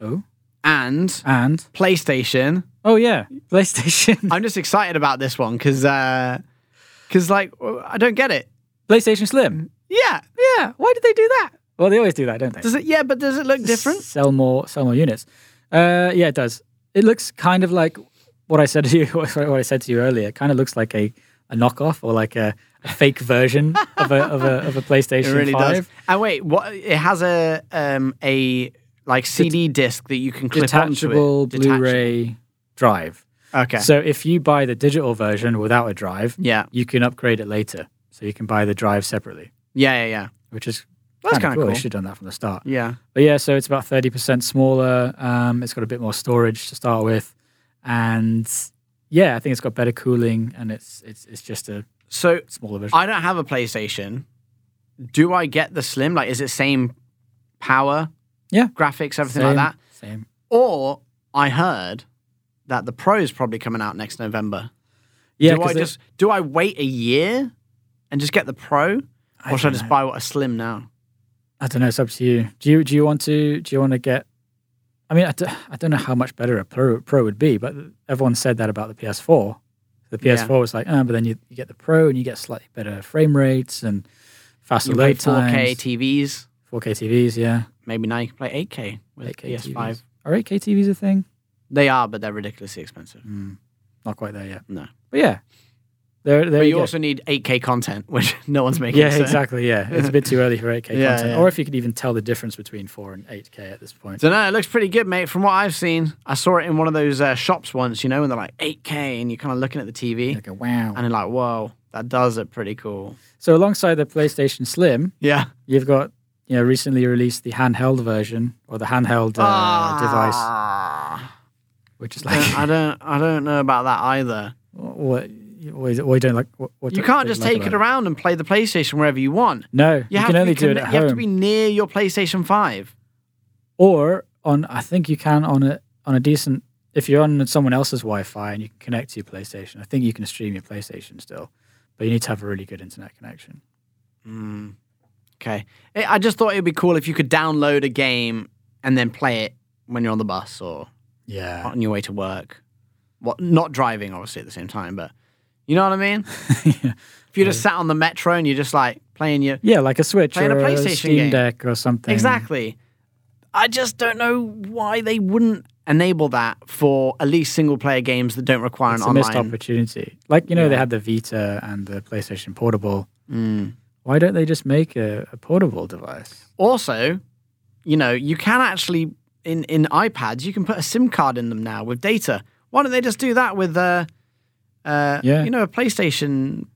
Speaker 3: Oh,
Speaker 2: and
Speaker 3: and
Speaker 2: PlayStation
Speaker 3: oh yeah, *laughs* PlayStation.
Speaker 2: I'm just excited about this one because, because like I don't get it.
Speaker 3: PlayStation Slim.
Speaker 2: Yeah,
Speaker 3: Yeah. Why did they do that? Well, they always do that, don't they?
Speaker 2: does it? Yeah, but does it look different?
Speaker 3: Sell more, sell more units. Uh, yeah, it does. It looks kind of like what I said to you. *laughs* What I said to you earlier. It kind of looks like a, a knockoff or like a, a fake version of a of a of a
Speaker 2: It
Speaker 3: PlayStation
Speaker 2: really
Speaker 3: Five.
Speaker 2: does. And wait, what? It has a um a like CD disc that you can clip onto
Speaker 3: Detachable
Speaker 2: it.
Speaker 3: Blu-ray drive.
Speaker 2: Detach- Okay.
Speaker 3: So if you buy the digital version without a drive,
Speaker 2: yeah,
Speaker 3: you can upgrade it later. So you can buy the drive separately,
Speaker 2: yeah, yeah, yeah,
Speaker 3: which is
Speaker 2: That's
Speaker 3: kinda
Speaker 2: kinda
Speaker 3: They
Speaker 2: cool.
Speaker 3: should have done that from the start.
Speaker 2: yeah.
Speaker 3: But yeah, so it's about 30% smaller. Um, it's got a bit more storage to start with. And yeah, I think it's got better cooling and it's it's it's just a
Speaker 2: So
Speaker 3: smaller version.
Speaker 2: I don't have a PlayStation. Do I get the Slim? Like, is it same power?
Speaker 3: Yeah.
Speaker 2: Graphics, everything like
Speaker 3: Same-
Speaker 2: that.
Speaker 3: Same.
Speaker 2: Or I heard that the Pro is probably coming out next November.
Speaker 3: Yeah,
Speaker 2: do
Speaker 3: 'cause
Speaker 2: I
Speaker 3: it-
Speaker 2: just do I wait a year and just get the pro,
Speaker 3: I
Speaker 2: or should I
Speaker 3: don't
Speaker 2: just
Speaker 3: know.
Speaker 2: buy what a slim now?
Speaker 3: I don't know, it's up to you. Do you do you want to do you want to get I mean, I d- I don't know how much better a Pro, Pro would be, but everyone said that about the PS4. The PS4 was like, oh, but then you, you get the Pro and you get slightly better frame rates and faster
Speaker 2: You play
Speaker 3: load
Speaker 2: 4K
Speaker 3: times.
Speaker 2: TVs.
Speaker 3: 4K TVs, yeah.
Speaker 2: Maybe now you can play 8K with
Speaker 3: 8K
Speaker 2: PS5.
Speaker 3: TVs. Are 8K TVs a thing?
Speaker 2: They are, but they're ridiculously expensive.
Speaker 3: Not quite there yet.
Speaker 2: Mm. No.
Speaker 3: But yeah, there, there
Speaker 2: But
Speaker 3: you,
Speaker 2: you
Speaker 3: go.
Speaker 2: also need 8K content, *laughs* which no one's making.
Speaker 3: yeah,
Speaker 2: so-
Speaker 3: exactly. Yeah, it's a bit too early for
Speaker 2: *laughs*
Speaker 3: 8K
Speaker 2: Yeah,
Speaker 3: content,
Speaker 2: yeah.
Speaker 3: or if you could even tell the difference between 4 and 8K at this point.
Speaker 2: So no, it looks pretty good, mate. From what I've seen, I saw it in one of those uh, shops once, you know, and they're like 8K, and you're kind of looking at the TV,
Speaker 3: Like a wow.
Speaker 2: and you're like, whoa, that does look pretty cool.
Speaker 3: So alongside the PlayStation Slim,
Speaker 2: Yeah.
Speaker 3: you've got you know recently released the handheld version or the handheld uh, device,
Speaker 2: Ah.
Speaker 3: which is
Speaker 2: I don't-
Speaker 3: like
Speaker 2: I don't, I don't know about that either.
Speaker 3: *laughs* what, what, is it- what you don't like. What, what
Speaker 2: You
Speaker 3: don't-
Speaker 2: can't
Speaker 3: don't
Speaker 2: just
Speaker 3: like
Speaker 2: take it
Speaker 3: about
Speaker 2: around and play the PlayStation wherever you want.
Speaker 3: No, you,
Speaker 2: You, have
Speaker 3: can
Speaker 2: to
Speaker 3: only
Speaker 2: be
Speaker 3: do it
Speaker 2: conne- You
Speaker 3: at
Speaker 2: have
Speaker 3: home
Speaker 2: to be near your PlayStation 5.
Speaker 3: or on. I think you can on a on a decent. If you're on someone else's Wi-Fi and you can connect to your PlayStation, I think you can stream your PlayStation still, but you need to have a really good internet connection.
Speaker 2: Okay. I I just thought it would be cool if you could download a game and then play it when you're on the bus or
Speaker 3: Yeah,
Speaker 2: on your way to work. What? Not driving, obviously, at the same time, but you know what I
Speaker 3: *laughs*
Speaker 2: mean? If you just sat on the metro and you're just like playing your.
Speaker 3: yeah, like a Switch
Speaker 2: Playing a
Speaker 3: or a,
Speaker 2: PlayStation
Speaker 3: Steam
Speaker 2: game.
Speaker 3: Deck or something.
Speaker 2: Exactly. I just don't know why they wouldn't enable that for at least single player games that don't require
Speaker 3: it's
Speaker 2: an
Speaker 3: a missed
Speaker 2: online.
Speaker 3: opportunity. Like you know, they had the Vita and the PlayStation Portable.
Speaker 2: Mm.
Speaker 3: Why don't they just make a, a portable device?
Speaker 2: Also, you know, you can actually in in iPads you can put a SIM card in them now with data. Why don't they just do that with uh, uh
Speaker 3: Yeah.
Speaker 2: you know, a PlayStation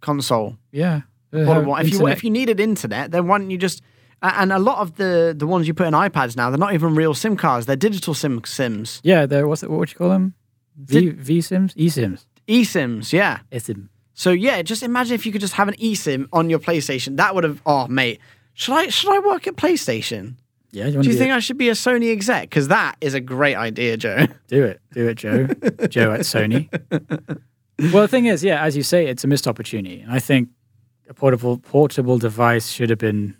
Speaker 2: console?
Speaker 3: Yeah, Uh,
Speaker 2: Or
Speaker 3: have
Speaker 2: what- if you
Speaker 3: internet-
Speaker 2: if you needed internet, then why don't you just a- and a lot of the the ones you put in iPads now, they're not even real SIM cards. They're digital SIM sims,
Speaker 3: yeah, there what's it, what would you call them? V V Sims, E Sims,
Speaker 2: eSIMs, yeah.
Speaker 3: eSIM.
Speaker 2: So yeah, just imagine if you could just have an eSIM on your PlayStation. That would have oh mate, should I should I work at PlayStation?
Speaker 3: Yeah, you
Speaker 2: Do you think I should be a Sony exec? Because that is a great idea, Joe. *laughs*
Speaker 3: Do it. Do it, Joe. Joe at Sony. Well, the thing is, yeah, as you say, it's a missed opportunity. And I think a portable portable device should have been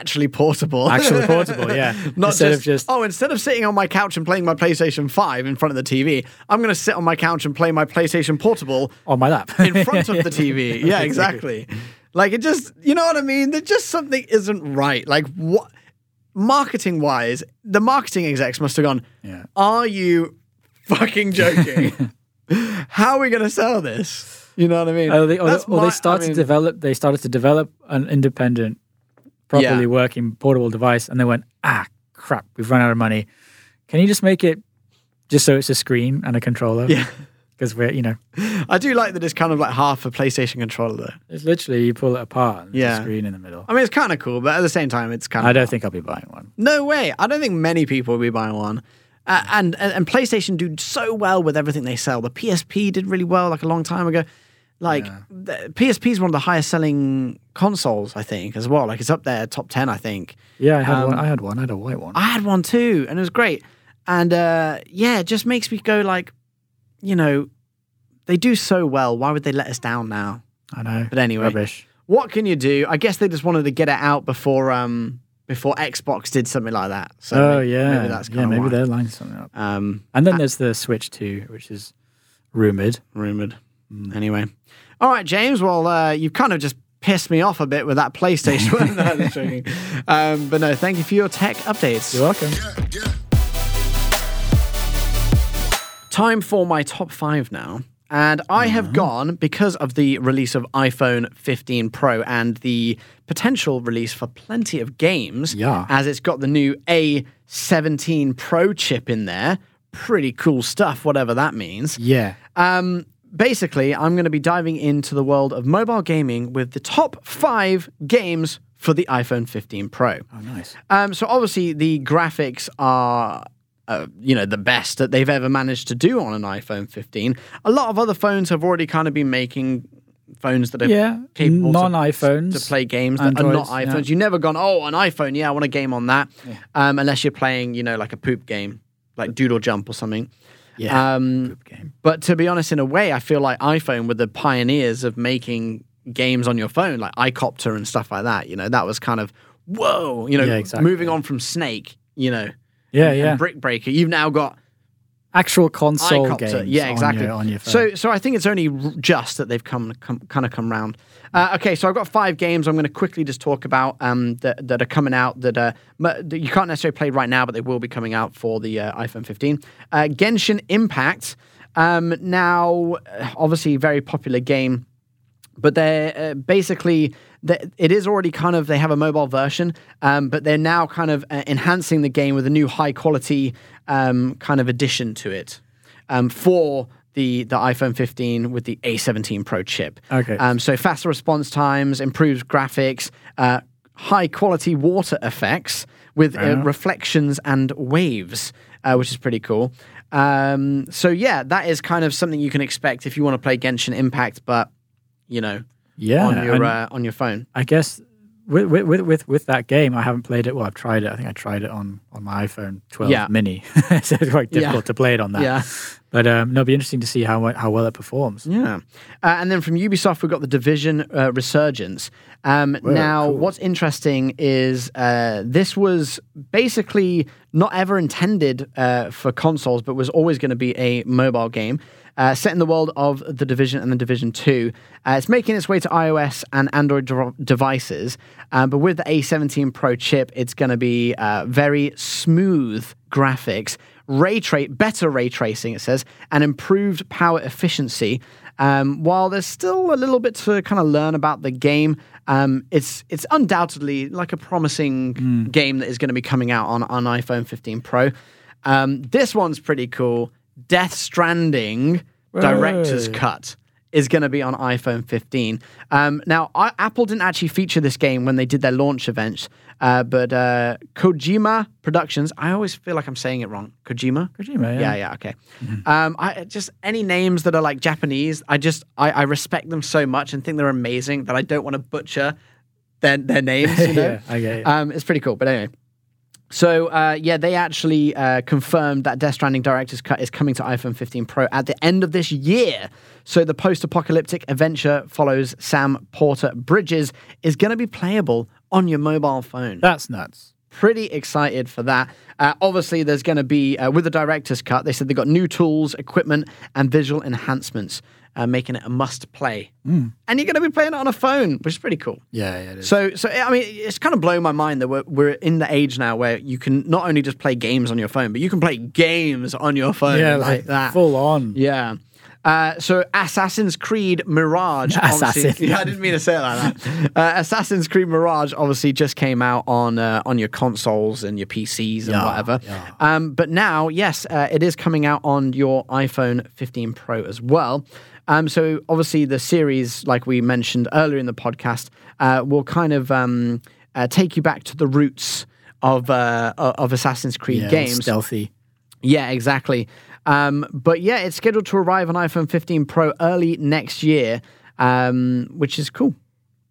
Speaker 2: Actually portable.
Speaker 3: actually portable. Yeah,
Speaker 2: *laughs* Not
Speaker 3: instead
Speaker 2: just,
Speaker 3: of just
Speaker 2: oh, instead of sitting on my couch and playing my PlayStation 5 in front of the TV, I'm going to sit on my couch and play my PlayStation Portable
Speaker 3: on my lap
Speaker 2: in front of the
Speaker 3: *laughs*
Speaker 2: TV. Yeah, exactly. Like it just, you know what I mean? There just something isn't right. Like what marketing wise, the marketing execs must have gone,
Speaker 3: Yeah.
Speaker 2: "Are you fucking
Speaker 3: *laughs*
Speaker 2: joking? How are we going to sell this?" You know what I mean?
Speaker 3: Oh, they, *laughs* or
Speaker 2: That's
Speaker 3: they, or
Speaker 2: my- I
Speaker 3: they started
Speaker 2: mean,
Speaker 3: to develop. They started to develop an independent, properly
Speaker 2: Yeah.
Speaker 3: working portable device, and they went, ah, crap, we've run out of money. Can you just make it just so it's a screen and a controller? *laughs*
Speaker 2: Yeah.
Speaker 3: because we're you know
Speaker 2: I do like that it's kind of like half a PlayStation controller. though.
Speaker 3: it's literally you pull it apart and there's
Speaker 2: Yeah.
Speaker 3: a screen in the middle.
Speaker 2: I mean, it's kind of cool, but at the same time, it's kind of
Speaker 3: I don't think I'll be buying one.
Speaker 2: No way. I don't think many people will be buying one. Uh, and, and and PlayStation do so well with everything they sell. The PSP did really well like a long time ago. Like the, PSP is one of the highest selling consoles, I think, as well. Like it's up there, top ten, I think.
Speaker 3: Yeah, I had
Speaker 2: Um,
Speaker 3: one. I had one. I had a white one.
Speaker 2: I had one too, and it was great. And uh, yeah, it just makes me go like, you know, they do so well. Why would they let us down now?
Speaker 3: I know.
Speaker 2: But anyway,
Speaker 3: rubbish.
Speaker 2: what can you do? I guess they just wanted to get it out before um before Xbox did something like that. So
Speaker 3: oh
Speaker 2: maybe-
Speaker 3: yeah,
Speaker 2: maybe that's
Speaker 3: yeah.
Speaker 2: kind of
Speaker 3: Maybe
Speaker 2: why.
Speaker 3: they're lining something up.
Speaker 2: um,
Speaker 3: And then there's the Switch 2, which is rumored.
Speaker 2: rumored.
Speaker 3: Hmm.
Speaker 2: Anyway, all right, James. Well, uh, you've kind of just pissed me off a bit with that PlayStation. *laughs*
Speaker 3: *laughs*
Speaker 2: one. No, I'm just joking. um, but no, thank you for your tech updates.
Speaker 3: You're welcome.
Speaker 2: Time for my top five now. And I
Speaker 3: Mm-hmm.
Speaker 2: have gone because of the release of iPhone 15 Pro and the potential release for plenty of games.
Speaker 3: Yeah.
Speaker 2: As it's got the new A17 Pro chip in there. Pretty cool stuff, whatever that means.
Speaker 3: Yeah.
Speaker 2: Um, basically, I'm going to be diving into the world of mobile gaming with the top five games for the iPhone 15 Pro.
Speaker 3: Oh, nice.
Speaker 2: Um, so obviously the graphics are, uh, you know, the best that they've ever managed to do on an iPhone 15. A lot of other phones have already kind of been making phones that are
Speaker 3: Yeah,
Speaker 2: capable to-
Speaker 3: non-iPhones,
Speaker 2: to, play games that
Speaker 3: Androids,
Speaker 2: are
Speaker 3: yeah.
Speaker 2: not iPhones. You never gone, oh, an iPhone, yeah, I want a game on that, um, unless you're playing, you know, like a poop game, like Doodle Jump or something.
Speaker 3: Yeah.
Speaker 2: Um,
Speaker 3: Poop game.
Speaker 2: but to be honest, in a way, I feel like iPhone were the pioneers of making games on your phone, like iCopter and stuff like that. You know, that was kind of whoa. You know,
Speaker 3: Yeah, exactly.
Speaker 2: moving on from Snake, you know,
Speaker 3: Yeah,
Speaker 2: and
Speaker 3: yeah.
Speaker 2: Brick Breaker. You've now got
Speaker 3: Actual console
Speaker 2: iCopter.
Speaker 3: games.
Speaker 2: yeah, exactly.
Speaker 3: On your, on your phone.
Speaker 2: So, so I think it's only r- just that they've come, come kind of come round. Uh, okay, so I've got five games. I'm going to quickly just talk about um, that that are coming out that, uh, m- that you can't necessarily play right now, but they will be coming out for the uh, iPhone 15. Uh, Genshin Impact. Um, now, uh, obviously, very popular game but they're uh, basically the- it is already kind of they have a mobile version um, but they're now kind of uh, enhancing the game with a new high quality um, kind of addition to it um, for the, the iPhone 15 with the A17 Pro chip.
Speaker 3: Okay.
Speaker 2: Um, so faster response times, improved graphics, uh, high quality water effects with uh, reflections and waves, uh, which is pretty cool. Um, so yeah, that is kind of something you can expect if you want to play Genshin Impact, but you know,
Speaker 3: yeah,
Speaker 2: on your
Speaker 3: and
Speaker 2: uh, on your phone.
Speaker 3: I guess with, with with- with with that game, I haven't played it. Well, I've tried it. I think I tried it on on my iPhone 12
Speaker 2: Yeah.
Speaker 3: mini, *laughs* so it's quite
Speaker 2: Yeah.
Speaker 3: difficult to play it on that.
Speaker 2: Yeah.
Speaker 3: But um, no, it'll be interesting to see how we- how well it performs.
Speaker 2: Yeah. Uh, and then from Ubisoft, we've got the Division uh, Resurgence. Um, now, what's interesting is uh, this was basically not ever intended uh, for consoles, but was always going to be a mobile game. Uh, set in the world of The Division and The Division 2. Uh, it's making its way to iOS and Android de- devices, um, but with the A17 Pro chip, it's going to be uh, very smooth graphics ray tra- better ray tracing, it says, and improved power efficiency. Um, while there's still a little bit to kind of learn about the game, um, it's it's undoubtedly like a promising game that is going to be coming out on on iPhone 15 Pro. Um, this one's pretty cool. Death Stranding Director's
Speaker 3: Whoa.
Speaker 2: Cut is going to be on iPhone 15. Um, now, I, Apple didn't actually feature this game when they did their launch events, uh, but uh, Kojima Productions, I always feel like I'm saying it wrong. Kojima?
Speaker 3: Kojima, yeah.
Speaker 2: Yeah, yeah, okay. Um, I just any names that are like Japanese, I just I, I respect them so much and think they're amazing that I don't want to butcher their their names, you know.
Speaker 3: yeah, I get it.
Speaker 2: Um, it's pretty cool. But anyway, So uh, yeah, they actually uh, confirmed that Death Stranding Director's Cut is coming to iPhone 15 Pro at the end of this year. So the post-apocalyptic adventure follows Sam Porter Bridges is going to be playable on your mobile phone.
Speaker 3: That's nuts.
Speaker 2: Pretty excited for that. Uh, obviously, there's going to be uh, with the director's cut. They said they got new tools, equipment, and visual enhancements, uh, making it a must-play. And you're going to be playing it on a phone, which is pretty cool.
Speaker 3: Hmm. Yeah, yeah, it is.
Speaker 2: So, so I mean, it's kind of blowing my mind that we're, we're in the age now where you can not only just play games on your phone, but you can play games on your phone
Speaker 3: yeah,
Speaker 2: like, that.
Speaker 3: Full on.
Speaker 2: Yeah. Uh, so Assassin's Creed Mirage.
Speaker 3: *laughs* Assassin.
Speaker 2: obviously- Yeah, I didn't mean to say it like that. *laughs* Uh, Assassin's Creed Mirage obviously just came out on uh, on your consoles and your PCs and
Speaker 3: Yeah,
Speaker 2: whatever. Um, but now, yes, uh, it is coming out on your iPhone 15 Pro as well. Um, so obviously, the series, like we mentioned earlier in the podcast, uh, will kind of um, uh, take you back to the roots of uh, o- of Assassin's Creed
Speaker 3: Yeah,
Speaker 2: games.
Speaker 3: Stealthy.
Speaker 2: Yeah, exactly. Um, but yeah, it's scheduled to arrive on iPhone 15 Pro early next year, um, which is cool.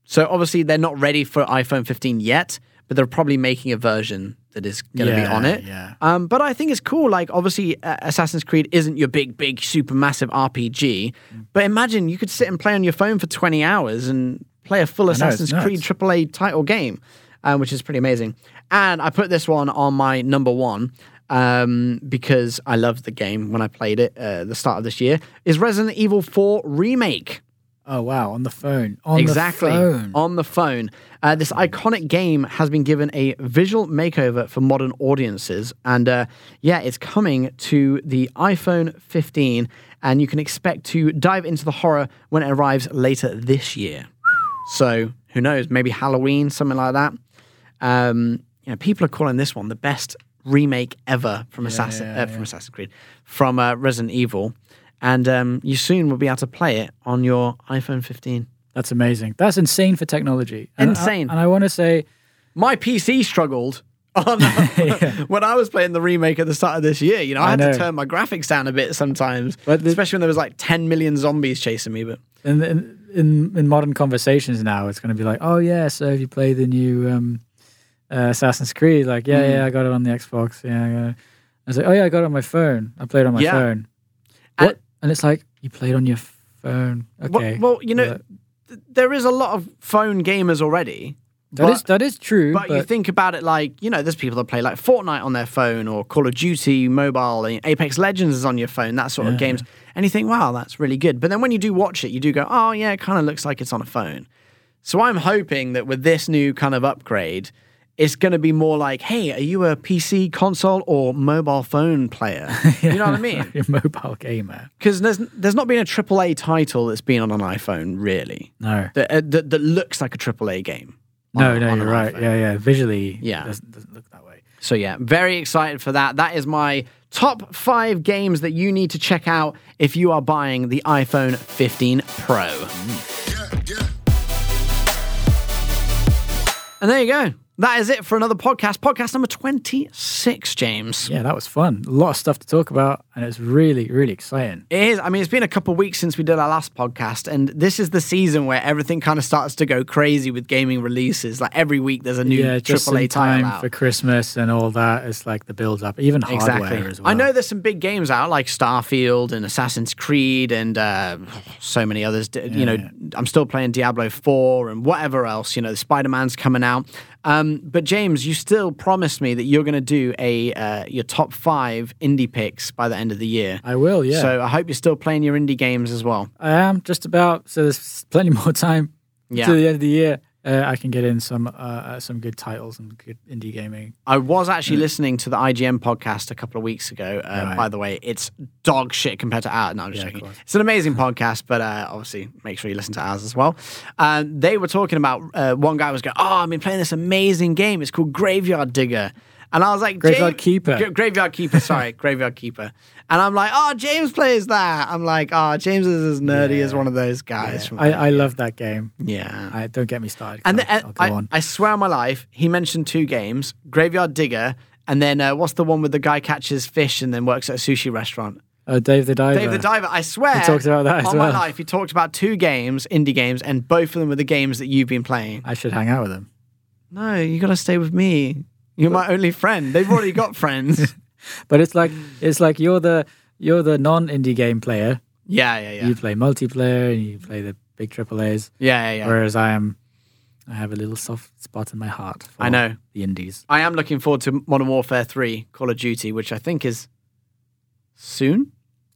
Speaker 2: So obviously, they're not ready for iPhone 15 yet, but they're probably making a version that is going to be
Speaker 3: Yeah,
Speaker 2: on it.
Speaker 3: yeah.
Speaker 2: Um, but I think it's cool. Like, obviously, uh, Assassin's Creed isn't your big, big, super massive RPG.
Speaker 3: Mm.
Speaker 2: But imagine you could sit and play on your phone for 20 hours and play a full
Speaker 3: it's
Speaker 2: Assassin's Creed
Speaker 3: nuts.
Speaker 2: AAA title game, um, which is pretty amazing. And I put this one on my number one um, because I loved the game when I played it uh, at the start of this year. Is Resident Evil 4 Remake.
Speaker 3: Oh wow, on the phone. On
Speaker 2: exactly.
Speaker 3: The phone.
Speaker 2: On the phone. Uh, this iconic game has been given a visual makeover for modern audiences. And uh, yeah, it's coming to the iPhone 15. And you can expect to dive into the horror when it arrives later this year. So who knows? Maybe Halloween, something like that. Um, you know, people are calling this one the best remake ever from Assassin uh, from Assassin's Creed, from uh, Resident Evil, and um, you soon will be able to play it on your iPhone 15.
Speaker 3: That's amazing. That's insane for technology. And I-
Speaker 2: Insane.
Speaker 3: and I want to say,
Speaker 2: My PC struggled.
Speaker 3: *laughs*
Speaker 2: on *laughs* When I was playing the remake at the start of this year, you know, I,
Speaker 3: I
Speaker 2: had to
Speaker 3: know.
Speaker 2: turn my graphics down a bit sometimes,
Speaker 3: But the-
Speaker 2: especially when there was like 10 million zombies chasing me. But
Speaker 3: in, in in in modern conversations now, it's going to be like, oh yeah, so if you play the new um, uh, Assassin's Creed, like yeah,
Speaker 2: Mm.
Speaker 3: yeah, I got it on the Xbox. Yeah, I got it. I was like, oh yeah, I got it on my phone. I played on my
Speaker 2: Yeah.
Speaker 3: phone.
Speaker 2: And-
Speaker 3: What? And, it's like you played on your phone.
Speaker 2: Well-
Speaker 3: Okay.
Speaker 2: well, you know,
Speaker 3: But
Speaker 2: th- there is a lot of phone gamers already.
Speaker 3: that
Speaker 2: but-
Speaker 3: is that is true.
Speaker 2: But,
Speaker 3: But,
Speaker 2: you think about it like, you know, there's people that play like Fortnite on their phone or Call of Duty mobile, and Apex Legends is on your phone, that sort of
Speaker 3: Yeah,
Speaker 2: games. And you think, wow, that's really good. But then when you do watch it, you do go, oh, yeah, it kind of looks like it's on a phone. So I'm hoping that with this new kind of upgrade, it's going to be more like, hey, are you a PC, console, or mobile phone
Speaker 3: *laughs*
Speaker 2: player? You know what I mean?
Speaker 3: you're a mobile gamer.
Speaker 2: Because there's, there's not been a AAA title that's been on an iPhone, really,
Speaker 3: No.
Speaker 2: that, uh, that, that looks like a AAA game. on
Speaker 3: No,
Speaker 2: a-
Speaker 3: no,
Speaker 2: on
Speaker 3: you're
Speaker 2: an
Speaker 3: right.
Speaker 2: iPhone.
Speaker 3: Yeah, yeah. Visually,
Speaker 2: Yeah.
Speaker 3: yeah, doesn't, doesn't look that way.
Speaker 2: So yeah, very excited for that. That is my top five games that you need to check out if you are buying the iPhone 15 Pro. And there you go. That is it for another podcast. Podcast number 26, James.
Speaker 3: Yeah, that was fun. A lot of stuff to talk about, and it's really, really exciting.
Speaker 2: It is. I mean, it's been a couple of weeks since we did our last podcast, and this is the season where everything kind of starts to go crazy with gaming releases. Like every week, there's a new
Speaker 3: yeah, just
Speaker 2: AAA
Speaker 3: in
Speaker 2: title
Speaker 3: time
Speaker 2: out.
Speaker 3: for Christmas and all that. It's like the build up, even hardware as well.
Speaker 2: I know there's some big games out like Starfield and Assassin's Creed and uh, so many others. D- you know, I'm still playing Diablo 4 and whatever else. You know, Spider Man's coming out. Um, but James, you still promised me that you're going to do a uh, your top five indie picks by the end of the year.
Speaker 3: I will, yeah.
Speaker 2: So I hope you're still playing your indie games as well.
Speaker 3: I am just about. So there's plenty *laughs* more time
Speaker 2: Yeah.
Speaker 3: to the end of the year. Uh, I can get in some uh, uh, some good titles and good indie gaming.
Speaker 2: I was actually listening to the IGN podcast a couple of weeks ago. Uh,
Speaker 3: Mm. Right.
Speaker 2: By the way, it's dog shit compared to ours. No, I'm just
Speaker 3: Yeah, of
Speaker 2: joking.
Speaker 3: course.
Speaker 2: It's an amazing podcast, but uh, obviously make sure you listen to ours as well. Um, they were talking about uh, one guy was going, "Oh, I've been playing this amazing game. It's called Graveyard Digger." And I was like,
Speaker 3: Graveyard
Speaker 2: "James-
Speaker 3: Keeper."
Speaker 2: Gra- Graveyard Keeper,
Speaker 3: *laughs*
Speaker 2: sorry, Graveyard Keeper. And I'm like, oh, James plays that. I'm like, oh, James is as nerdy as one of those guys. From
Speaker 3: I, I love that game.
Speaker 2: yeah.
Speaker 3: I, don't get me started. 'cause
Speaker 2: And
Speaker 3: I'll,
Speaker 2: then,
Speaker 3: I'll Oh, go
Speaker 2: I,
Speaker 3: on.
Speaker 2: I swear on my life, he mentioned two games: Graveyard Digger, and then uh, what's the one where the guy catches fish and then works at a sushi restaurant?
Speaker 3: Oh, Dave the Diver.
Speaker 2: Dave the Diver. I swear,
Speaker 3: He talked about that as
Speaker 2: on my
Speaker 3: well.
Speaker 2: life. He talked about two games, indie games, and both of them were the games that you've been playing.
Speaker 3: I should hang out with him.
Speaker 2: No, you got to stay with me. You're my only friend. They've already got *laughs*
Speaker 3: *laughs*
Speaker 2: friends.
Speaker 3: But it's like it's like you're the you're the non indie game player.
Speaker 2: Yeah, yeah, yeah.
Speaker 3: You play multiplayer and you play the big triple A's.
Speaker 2: Yeah, yeah, yeah.
Speaker 3: Whereas I am, I have a little soft spot in my heart. For
Speaker 2: I know.
Speaker 3: the indies.
Speaker 2: I am looking forward to Modern Warfare 3 Call of Duty, which I think is soon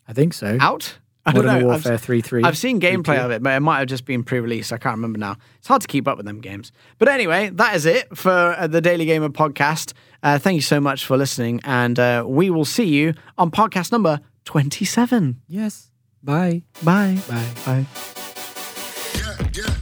Speaker 3: I think so.
Speaker 2: out. I don't
Speaker 3: Modern
Speaker 2: know. I've-
Speaker 3: Warfare three three.
Speaker 2: I've seen gameplay of it, but it might have just been pre-release. I can't remember now. It's hard to keep up with them games. But anyway, that is it for uh, the Daily Gamer podcast. Uh, thank you so much for listening, and uh, we will see you on podcast number twenty-seven.
Speaker 3: Yes. Bye.
Speaker 2: Bye.
Speaker 3: Bye.
Speaker 2: Bye.
Speaker 4: yeah, yeah.